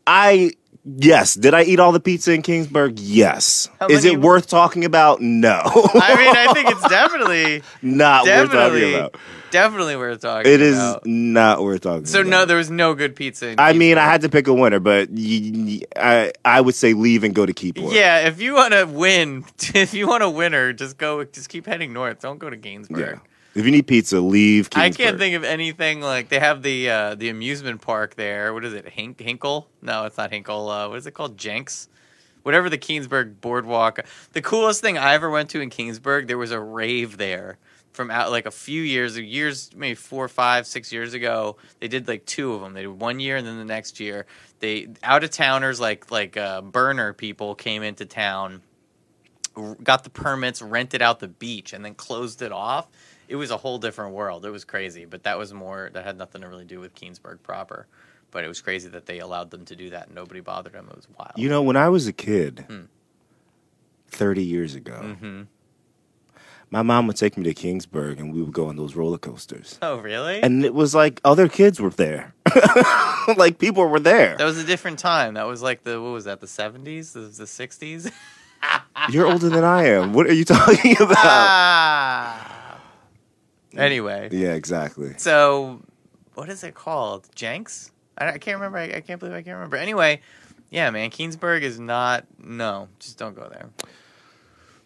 B: I yes. Did I eat all the pizza in Kingsburg? Yes.
A: How
B: Is
A: many-
B: it worth talking about? No.
A: I mean, I think it's definitely,
B: not worth talking
A: definitely,
B: about.
A: definitely worth talking.
B: It is
A: about.
B: not worth talking.
A: So
B: about.
A: no, there was no good pizza. In
B: I mean,
A: Keensburg.
B: I had to pick a winner, but y- y- I I would say leave and go to Keyport.
A: Yeah, if you want to win, if you want a winner, just go. Just keep heading north. Don't go to Gainsburg.
B: Yeah. If you need pizza, leave. Kingsburg.
A: I can't think of anything like they have the uh, the amusement park there. What is it, Hink- Hinkle? No, it's not Hinkle. Uh, what is it called, Jenks? Whatever the Keensburg Boardwalk. The coolest thing I ever went to in Keensburg, there was a rave there from out like a few years, years maybe four, five, six years ago. They did like two of them. They did one year and then the next year. They out of towners like like uh, burner people came into town got the permits, rented out the beach, and then closed it off. It was a whole different world. It was crazy, but that was more that had nothing to really do with Keensburg proper. But it was crazy that they allowed them to do that. and Nobody bothered them. It was wild. Hmm.
B: You
A: Mm-hmm.
B: know, when I was a kid, 30 years ago, my mom would take me to Kingsburg and we would go on those roller coasters.
A: Oh, really?
B: And it was like other kids were there. like people were there.
A: that was a different time. That was like the what was that? The seventies? The the sixties?
B: You're older than I am. What are you talking about?
A: Ah. Anyway,
B: Yeah, exactly.
A: so what is it called? Jenks? I, I can't remember. I, I can't believe I can't remember. Anyway, yeah, man, Keensburg is not. No, just don't go there.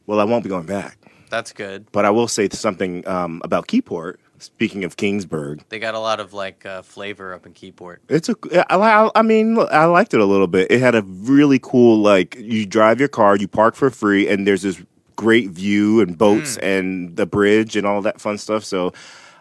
B: Well, I won't be going back.
A: That's good.
B: But I will say something um, about Keyport. Speaking of Kingsburg,
A: They got a lot of like uh, flavor up in Keyport.
B: It's a. I, I- I mean, I liked it a little bit. It had a really cool like you drive your car, you park for free, and there's this great view and boats and the bridge and all that fun stuff. So,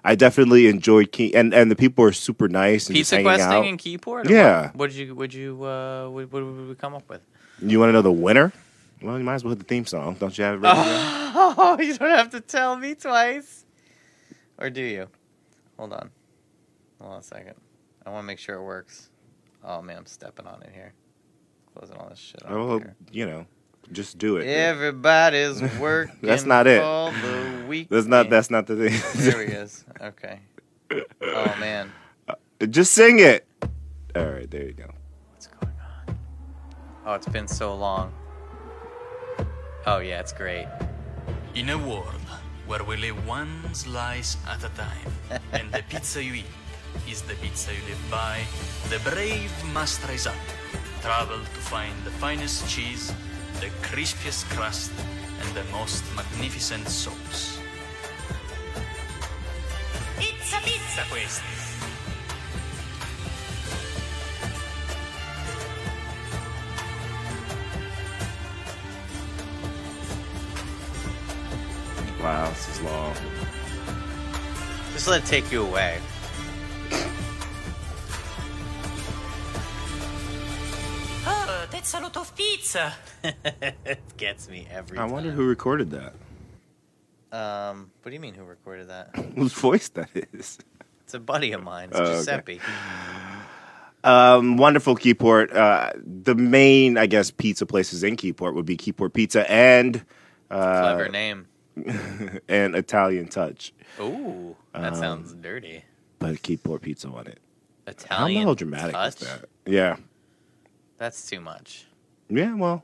B: I definitely enjoyed King and and the people are super nice and just
A: Pizza
B: hanging out.
A: questing in Keyport. Or
B: Yeah.
A: What, what did you? Would you? Uh, what, what did we come up with?
B: you want to know the winner? Well, you might as well hit the theme song. Don't you have it? Ready yet?
A: Oh, you don't have to tell me twice. Or do you? Hold on. Hold on a second. I want to make sure it works. Oh man, I'm stepping on it here. Closing all this shit off
B: Well,
A: here.
B: you know, just do it.
A: Everybody's working.
B: not it.
A: all the weekend.
B: That's not. That's not the thing.
A: There he is. Okay. Oh man,
B: just sing it. All right, there you go.
A: what's going on? Oh, it's been so long. Oh yeah, it's great.
C: In a world where we live one slice at a time, and the pizza you eat is the pizza you live by, the brave must rise up, travel to find the finest cheese, the crispiest crust, and the most magnificent sauce.
D: Pizza pizza
C: questa!
B: Wow, this is long.
A: Just let it take you away.
D: Oh, that's a lot of pizza.
A: it gets me every
B: I
A: time.
B: wonder who recorded that.
A: Um, what do you mean? Who recorded that?
B: Whose voice that is.
A: It's a buddy of mine. It's
B: Oh, okay.
A: Giuseppe.
B: Um, wonderful Keyport. Uh, the main, I guess, pizza places in Keyport would be Keyport Pizza and Uh,
A: Clever name.
B: and Italian Touch,
A: Ooh,
B: um,
A: that sounds dirty.
B: but Keyport Pizza on it. How
A: Italian.
B: melodramatic
A: touch?
B: is that? Yeah,
A: That's too much.
B: yeah. Well,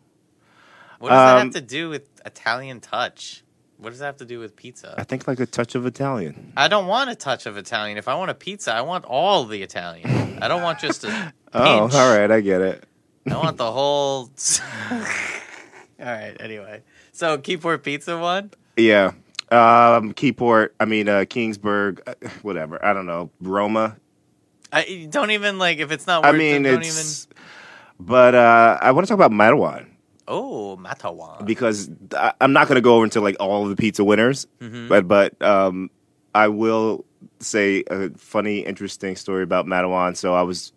A: What does that
B: Um,
A: have to do with Italian touch? What does that have to do with
B: I
A: pizza?
B: think like a touch of Italian.
A: I don't want a touch of Italian. If I want a pizza, I want all the Italian. I don't want just a pinch.
B: Oh, all right, I get it.
A: I want the whole. all right. Anyway, so Keyport Pizza one.
B: Yeah, um, Keyport. I mean, uh, Kingsburg. uh, Whatever. I don't know. Roma.
A: I don't even like if it's not. Worth
B: I mean,
A: it, don't
B: it's. But uh, I want to talk about Madawan.
A: even. Oh, Matawan.
B: because I, I'm not going to go over into like all of the pizza winners, but but um, I will say a funny, interesting story about Mattawan. So I was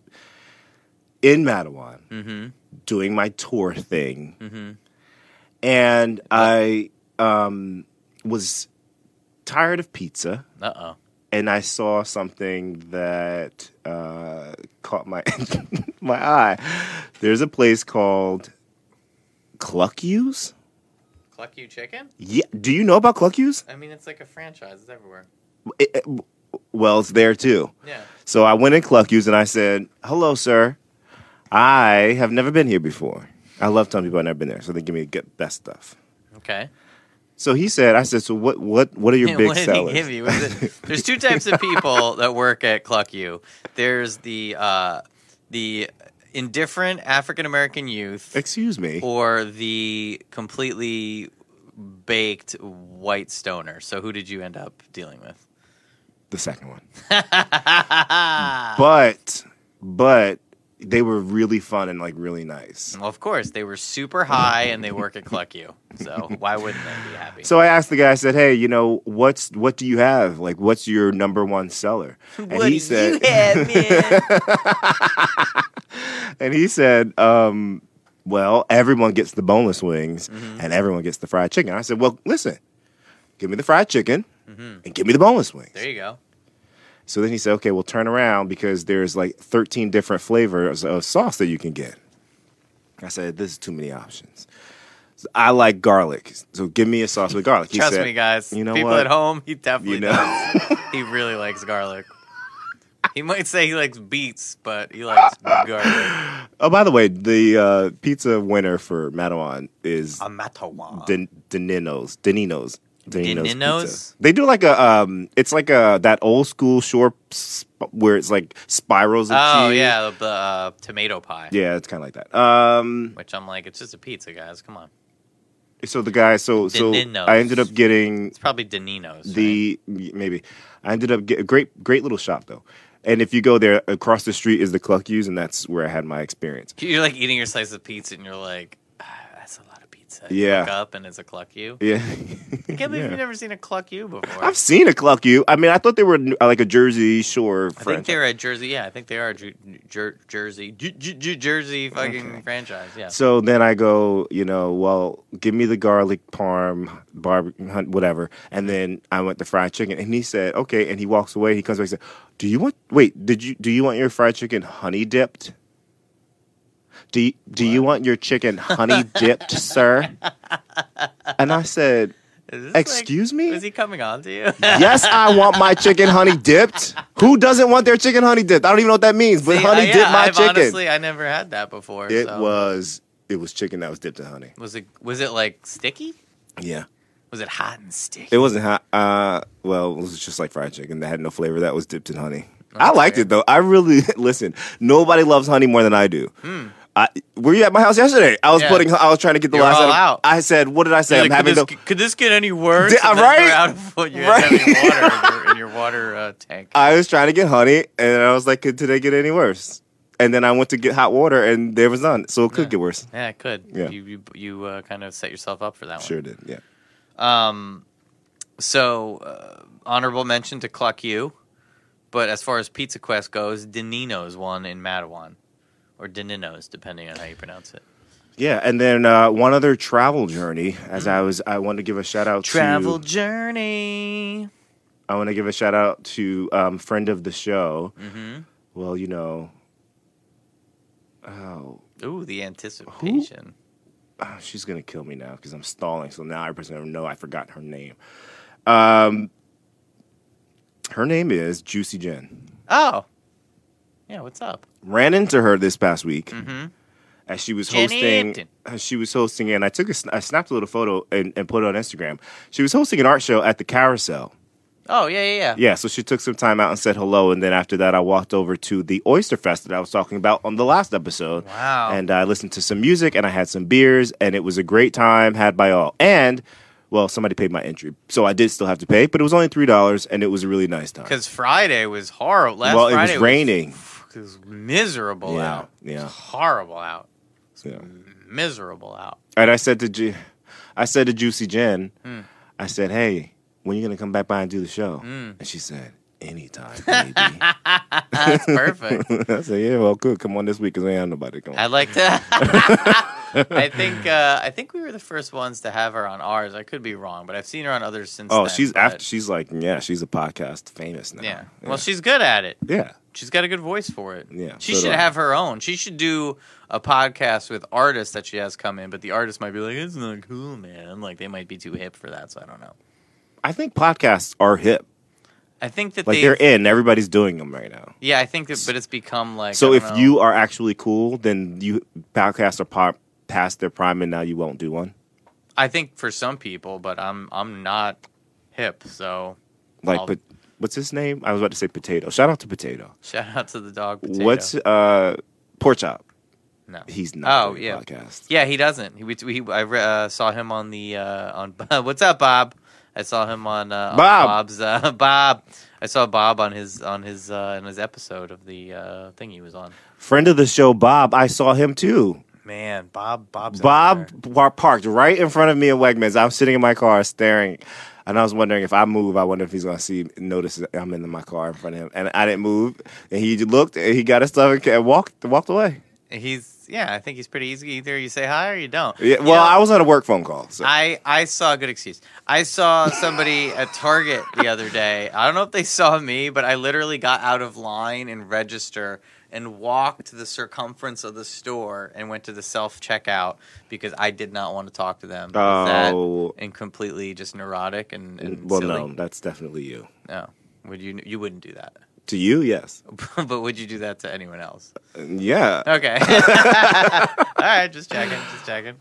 B: in Mattawan
A: Mm-hmm.
B: doing my tour thing, and I um, was tired of pizza.
A: uh oh.
B: And I saw something that uh, caught my my eye. There's a place called Cluck U's.
A: Cluck You Chicken?
B: Yeah. Do you know about Cluck U's?
A: I mean, it's like a franchise. It's everywhere.
B: It- it- well, it's there too.
A: Yeah.
B: So I went in Cluck U's and I said, "Hello, sir. I have never been here before. I love telling people I've never been there, so they give me the good- best stuff."
A: Okay.
B: So he said, "I said, so what? What? What are your big
A: what did
B: sellers?"
A: he give you? Was it- there's two types of people that work at Cluck You. There's the uh, the indifferent African American youth,
B: Excuse me.
A: or the completely baked white stoner. So who did you end up dealing with?
B: The second one.
A: Ah.
B: but, but they were really fun and like really nice.
A: Well, of course, they were super high and they work at Cluck You. So why wouldn't they be happy?
B: So I asked the guy. I said, "Hey, you know what's what do you have? Like, what's your number one seller?" And
A: what do you have, man?
B: and he said, um, "Well, everyone gets the boneless wings,
A: Mm-hmm.
B: and everyone gets the fried chicken." I said, "Well, listen, give me the fried chicken,
A: Mm-hmm.
B: and give me the boneless wings."
A: there you go.
B: So then he said, "Okay, well, turn around because there's like 13 different flavors of sauce that you can get." I said, "This is too many options." I like garlic, so give me a sauce with garlic. He
A: Trust
B: said,
A: me, guys.
B: You know
A: people
B: what?
A: at home, he definitely
B: You know.
A: does. he really likes garlic. He might say he likes beets, but he likes garlic.
B: Oh, by the way, the uh, pizza winner for Matawan is
A: A matawan.
B: Den- Danino's. Danino's.
A: Danino's?
B: pizza. They do like a um, it's like a that old school short sp- where it's like spirals. Of
A: oh
B: cheese.
A: yeah, the uh, tomato pie.
B: yeah, it's kind of like that. Um,
A: Which I'm like, it's just a pizza, guys. Come on.
B: so the guy, so so
A: Danino's.
B: I ended up getting
A: It's probably Danino's. right?
B: the maybe I ended up get great great little shop though. And if you go there across the street is the Cluck U's, and that's where I had my experience.
A: You're like eating your slice of pizza, and you're like, ah, that's a lot of pizza. You
B: Yeah.
A: look up, and it's a cluck you. I
B: Yeah,
A: can't believe
B: Yeah.
A: you've never seen a cluck you before.
B: I've seen a Cluck U. I mean, I thought they were uh, like a Jersey Shore
A: I think
B: franchise.
A: they're a Jersey. Yeah, I think they are a Jer- Jer- Jersey, J- J- J- Jersey fucking franchise. Yeah.
B: So then I go, you know, well, give me the garlic parm, barb, hun- whatever. And then I went the fried chicken, and he said, okay. And he walks away. He comes back and said, do you want? Wait, did you do you want your fried chicken honey dipped? Do you, do you want your chicken honey dipped, sir? And I said,
A: Is this
B: excuse me?
A: Is he coming on to you?
B: yes, I want my chicken honey dipped. Who doesn't want their chicken honey dipped? I don't even know what that means, but
A: See,
B: honey
A: I- yeah,
B: dipped my
A: I've
B: chicken.
A: Honestly, I never had that before.
B: it
A: so.
B: was it was chicken that was dipped in honey.
A: Was it? Was it like sticky?
B: Yeah.
A: Was it hot and sticky?
B: It wasn't hot. Uh, well, it was just like fried chicken that had no flavor. That was dipped in honey. I liked it though. I really listen. Nobody loves honey more than I do. I, were you at my house yesterday? I was
A: Hmm. Yeah.
B: putting. I was trying to get the
A: You were
B: last
A: all
B: item.
A: out.
B: I said, "What did I say?
A: You're
B: I'm
A: like,
B: having
A: could, this,
B: the
A: could this get any worse?
B: Did-
A: And then
B: right?
A: You're out of what you
B: Right.
A: have in your water in your, in your water uh, tank.
B: I was trying to get honey, and I was like, "Could today get any worse?" And then I went to get hot water, and there was none. So it could get worse.
A: yeah, it could.
B: Yeah.
A: You you you uh, kind of set yourself up for that one.
B: Sure did. Yeah.
A: Um, so uh, honorable mention to Cluck You, but as far as Pizza Quest goes, Danino's one in Mattawan, or Danino's, depending on how you pronounce it.
B: Yeah, and then uh, one other travel journey.
A: Hmm.
B: As I was, I wanted to give a shout out
A: Travel
B: to.
A: journey.
B: I want to give a shout out to um, friend of the show.
A: hmm
B: Well, you know. Oh,
A: Ooh, the anticipation.
B: ah, she's gonna kill me now because I'm stalling. So now everybody's gonna know I forgot her name. Um, her name is Juicy Jen.
A: Oh, yeah. What's up?
B: Ran into her this past week
A: Mm-hmm.
B: as she was
A: Jenny
B: hosting.
A: Hampton.
B: As she was hosting, and I took a, sn- I snapped a little photo and, and put it on Instagram. She was hosting an art show at the Carousel.
A: Oh yeah, yeah, yeah.
B: Yeah, so she took some time out and said hello, and then after that, I walked over to the Oyster Fest that I was talking about on the last episode.
A: Wow.
B: And I listened to some music, and I had some beers, and it was a great time had by all. And well, somebody paid my entry, so I did still have to pay, but it was only three dollars, and it was a really nice time.
A: Because Friday was horrible. Last
B: well, it
A: Friday
B: was raining.
A: It was miserable
B: Yeah,
A: out. It
B: yeah.
A: was horrible out.
B: Yeah.
A: Miserable out.
B: And I said to Ju- I said to Juicy Jen,
A: Hmm.
B: I said, "Hey, when you gonna come back by and do the show?"
A: Hmm.
B: And she said, "Anytime, baby."
A: That's perfect.
B: I said, "Yeah, well, good. Come on this week, cause we ain't have nobody come."
A: I'd like to. I think uh, I think we were the first ones to have her on ours. I could be wrong, but I've seen her on others since.
B: Oh,
A: then,
B: she's
A: but-
B: after. She's like, yeah, she's a podcast famous now.
A: Yeah. Well, she's good at it.
B: yeah,
A: She's got a good voice for it.
B: Yeah,
A: She
B: so do
A: should
B: I.
A: have her own. She should do a podcast with artists that she has come in, but the artist might be like, "It's not cool, man." Like they might be too hip for that, so I don't know.
B: I think podcasts are hip.
A: I think that
B: Like
A: they.
B: they're in. Everybody's doing them right now.
A: yeah, I think that, but it's become like.
B: so
A: I
B: if
A: don't know.
B: you are actually cool, then you podcasts are pop, past their prime, and now you won't do one.
A: I think for some people, but I'm I'm not hip, so
B: Like,
A: I'll-
B: but what's his name? I was about to say potato. Shout out to potato.
A: shout out to the dog. Potato.
B: What's uh Porchop?
A: no?
B: He's not.
A: Oh,
B: doing a
A: yeah.
B: podcast.
A: Yeah, he doesn't. He, we, we, I re- uh, saw him on the uh, on what's up, Bob. I saw him on, uh, on
B: Bob.
A: Bob's uh, Bob. I saw Bob on his on his uh, in his episode of the uh, thing he was on.
B: Friend of the show, Bob. I saw him too.
A: Man, Bob, Bob's out
B: Bob
A: there.
B: par- parked right in front of me at Wegmans. I'm sitting in my car staring, and I was wondering if I move, I wonder if he's gonna see notice that I'm in my car in front of him. And I didn't move, and he looked, and he got his stuff and ca- and walked walked away.
A: He's yeah, I think he's pretty easy. Either you say hi or you don't.
B: Yeah,
A: You
B: well,
A: know-
B: I was on a work phone call. So.
A: I, I saw a good excuse. I saw somebody at Target the other day. I don't know if they saw me, but I literally got out of line and register and walked the circumference of the store and went to the self checkout because I did not want to talk to them. Is that
B: Oh.
A: and completely just neurotic and, and
B: well,
A: silly?
B: no, that's definitely you.
A: No. Would you? You wouldn't do that.
B: To you, yes.
A: but would you do that to anyone else?
B: Yeah.
A: Okay. All right, just checking, just checking.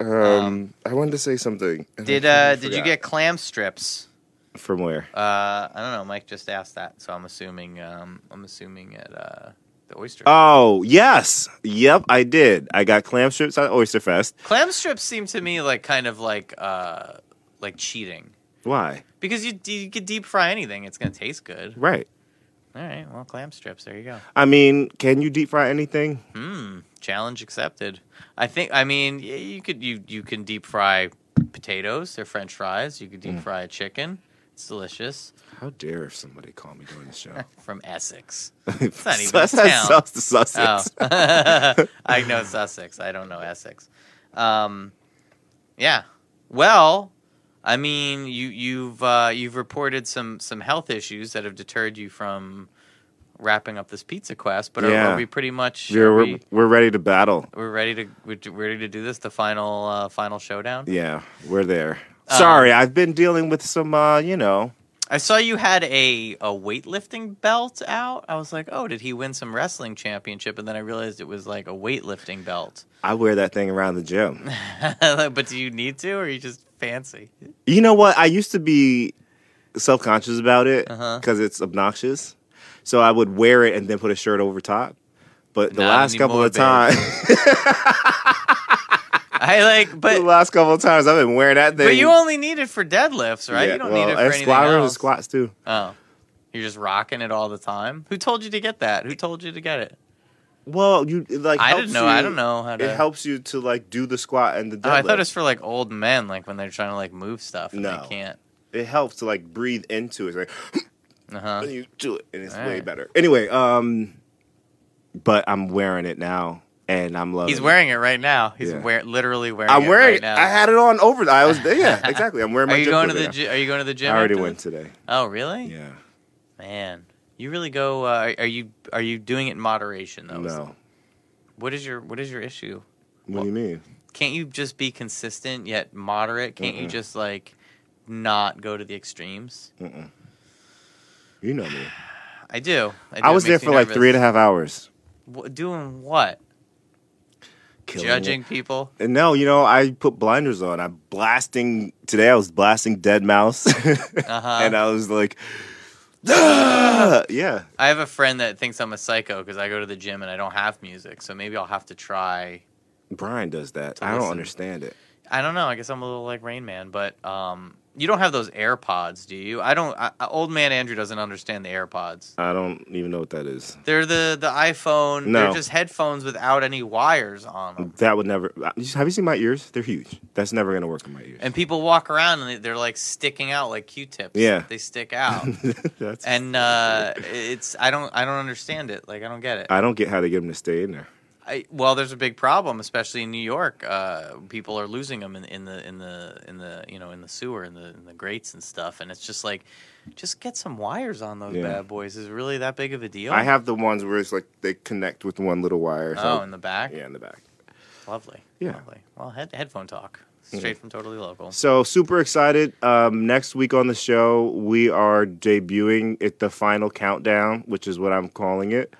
B: Um, I wanted to say something. and I
A: Did uh
B: totally
A: did you
B: forgot.
A: get clam strips?
B: from where?
A: Uh I don't know, Mike just asked that, so I'm assuming um I'm assuming at uh the oyster.
B: Oh yes, yep, I did. I got clam strips at Oyster Fest.
A: clam strips seem to me like kind of like uh like cheating.
B: Why?
A: Because you you could deep fry anything, it's going to taste good.
B: Right.
A: All right, well, clam strips, there you go.
B: I mean, can you deep fry anything?
A: Hmm, challenge accepted. I think I mean, y- you could you you can deep fry potatoes, they're french fries, you could deep fry a chicken. It's delicious.
B: How dare if somebody call me during the show?
A: from Essex.
B: it's
A: not even a town.
B: Sus to Sussex.
A: Oh. I know Sussex. I don't know Essex. Um, yeah. Well, I mean, you you've uh, you've reported some some health issues that have deterred you from wrapping up this pizza quest. But are,
B: Yeah.
A: are we pretty much
B: We're,
A: are
B: we're,
A: we,
B: we're ready to battle.
A: we're ready to we're ready to do this the final uh, final showdown?
B: Yeah, we're there.
A: Uh,
B: Sorry, I've been dealing with some, uh, you know.
A: I saw you had a, a weightlifting belt out. I was like, oh, did he win some wrestling championship? And then I realized it was like a weightlifting belt.
B: I wear that thing around the gym.
A: but do you need to, or are you just fancy?
B: You know what? I used to be self conscious about it
A: Uh-huh.
B: because it's obnoxious. So I would wear it and then put a shirt over top. But the
A: Not
B: last couple
A: anymore,
B: of times,
A: I like,
B: the
A: but
B: last couple of times, I've been wearing that thing.
A: but you only need it for deadlifts, right?
B: Yeah,
A: you don't
B: well,
A: need it for
B: and
A: anything
B: squat rows and
A: else.
B: squats too.
A: Oh, you're just rocking it all the time. Who told you to get that? Who told you to get it?
B: Well, you it, like.
A: I
B: helps
A: didn't know.
B: You,
A: I don't know how to.
B: It helps you to like do the squat and the deadlift.
A: Oh, I thought it was for like old men, like when they're trying to like move stuff and
B: No.
A: they can't.
B: it helps to like breathe into it. It's like
A: Uh huh.
B: and you do it, and it's
A: All
B: way
A: right.
B: better. Anyway, um, but I'm wearing it now, and I'm loving.
A: He's
B: it.
A: wearing it right now. He's
B: Yeah.
A: wear, literally wearing.
B: I'm
A: it
B: wearing.
A: right now.
B: I had it on over. I was. Yeah, exactly. I'm wearing my.
A: Are you
B: gym
A: going to
B: clothes
A: the?
B: right
A: Gy- are you going to the
B: now.
A: gym?
B: I already
A: after
B: went
A: this?
B: today.
A: Oh, really?
B: Yeah.
A: Man, you really go. Uh, are you are you doing it in moderation though? Is-
B: No.
A: What is your What is your issue?
B: What do you mean?
A: Can't you just be consistent yet moderate? Can't you
B: Mm-mm.
A: just like not go to the extremes?
B: Mm-mm. You know me.
A: I do. I, do.
B: I was there for like three and a half hours.
A: half. Doing what?
B: Killing it.
A: Judging people.
B: And no, you know, I put blinders on. I'm blasting today. I was blasting Dead Mouse,
A: Uh-huh.
B: and I was like, "Ah!" yeah.
A: I have a friend that thinks I'm a psycho because I go to the gym and I don't have music. So maybe I'll have to try.
B: Brian does that.
A: To
B: I don't
A: listen.
B: understand it.
A: I don't know. I guess I'm a little like Rain Man, but um, you don't have those AirPods, do you? I don't. I, I- old man Andrew doesn't understand the AirPods.
B: I don't even know what that is.
A: They're the the iPhone.
B: No.
A: They're just headphones without any wires on them.
B: That would never. Have you seen my ears? They're huge. That's never gonna work on my ears.
A: And people walk around and they- they're like sticking out like Q-tips.
B: Yeah.
A: they stick out.
B: That's,
A: and uh, it's I don't I don't understand it. Like I don't get it.
B: I don't get how they get them to stay in there.
A: I, well, there's a big problem, especially in New York. Uh, people are losing them in, in the in the in the you know in the sewer in the in the grates and stuff. And it's just like, just get some wires on those
B: Yeah.
A: bad boys. Is it really that big of a deal?
B: I have the ones where it's like they connect with one little wire. so-
A: Oh, in the back.
B: yeah, in the back.
A: Lovely.
B: Yeah. Mm-hmm.
A: Lovely. Well, head, headphone talk straight from totally local.
B: So super excited. Um, next week on the show, we are debuting it the final countdown, which is what I'm calling it.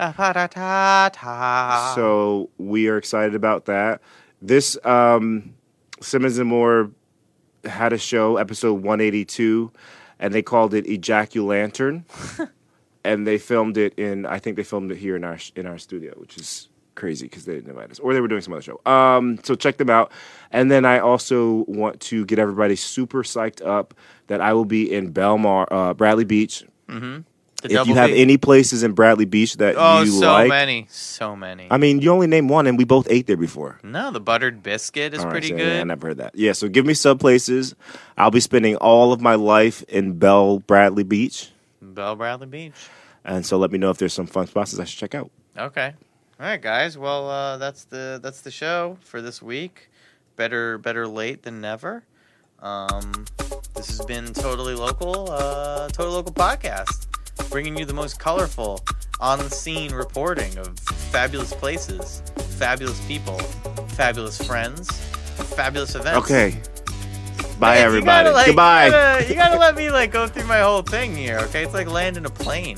A: Ta-pa-da-ta-ta.
B: So we are excited about that. This um, Simmons and Moore had a show, episode 182, and they called it Ejaculantern. and they filmed it in, I think they filmed it here in our in our studio, which is crazy because they didn't invite us, or they were doing some other show. Um, so check them out. And then I also want to get everybody super psyched up that I will be in Belmar, uh, Bradley Beach.
A: The
B: if
A: double
B: you have
A: B.
B: any places in Bradley Beach that
A: oh,
B: you
A: so
B: like,
A: many, so many.
B: I mean, you only named one, and we both ate there before.
A: no, the buttered biscuit is
B: All right,
A: pretty
B: so,
A: good.
B: Yeah, I never heard that. Yeah, so give me some places. I'll be spending all of my life in Bell Bradley Beach,
A: Bell Bradley Beach.
B: and so let me know if there's some fun spots I should check out.
A: Okay. All right, guys. Well, uh, that's the that's the show for this week. Better better late than never. Um, this has been totally local, uh, total local podcast, bringing you the most colorful, on the scene reporting of fabulous places, fabulous people, fabulous friends, fabulous events.
B: Okay. Bye,
A: Hey,
B: everybody.
A: You gotta, like,
B: Goodbye.
A: You gotta, you gotta let me like go through my whole thing here, okay? It's like landing a plane.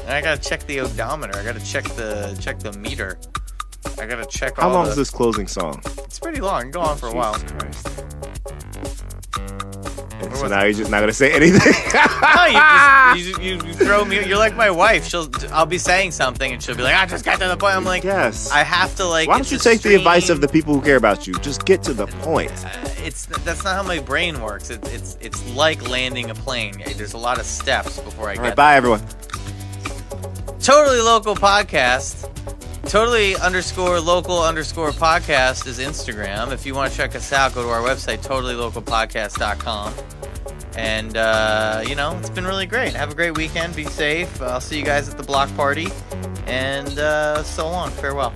A: And I gotta check the odometer. I gotta check the check the meter. I gotta check all
B: How long
A: the,
B: is this closing song?
A: It's pretty long. Go on for a while.
B: Jesus Christ. And
A: Where
B: so
A: was
B: now you're just not gonna say anything.
A: No, you, just, you, you throw me. You're like my wife. She'll. I'll be saying something, and she'll be like, "I just got to the point." I'm like,
B: yes.
A: I have to like.
B: Why
A: it's
B: don't you
A: a
B: take the advice of
A: stream.
B: the people who care about you? Just get to the point.
A: Uh, It's that's not how my brain works. It, it's it's like landing a plane. There's a lot of steps before I
B: All
A: get.
B: right, bye everyone.
A: Totally local podcast. Totally underscore local underscore podcast is Instagram. If you want to check us out, go to our website, totallylocalpodcast.com. And, uh, you know, it's been really great. Have a great weekend. Be safe. I'll see you guys at the block party. And uh, so long. Farewell.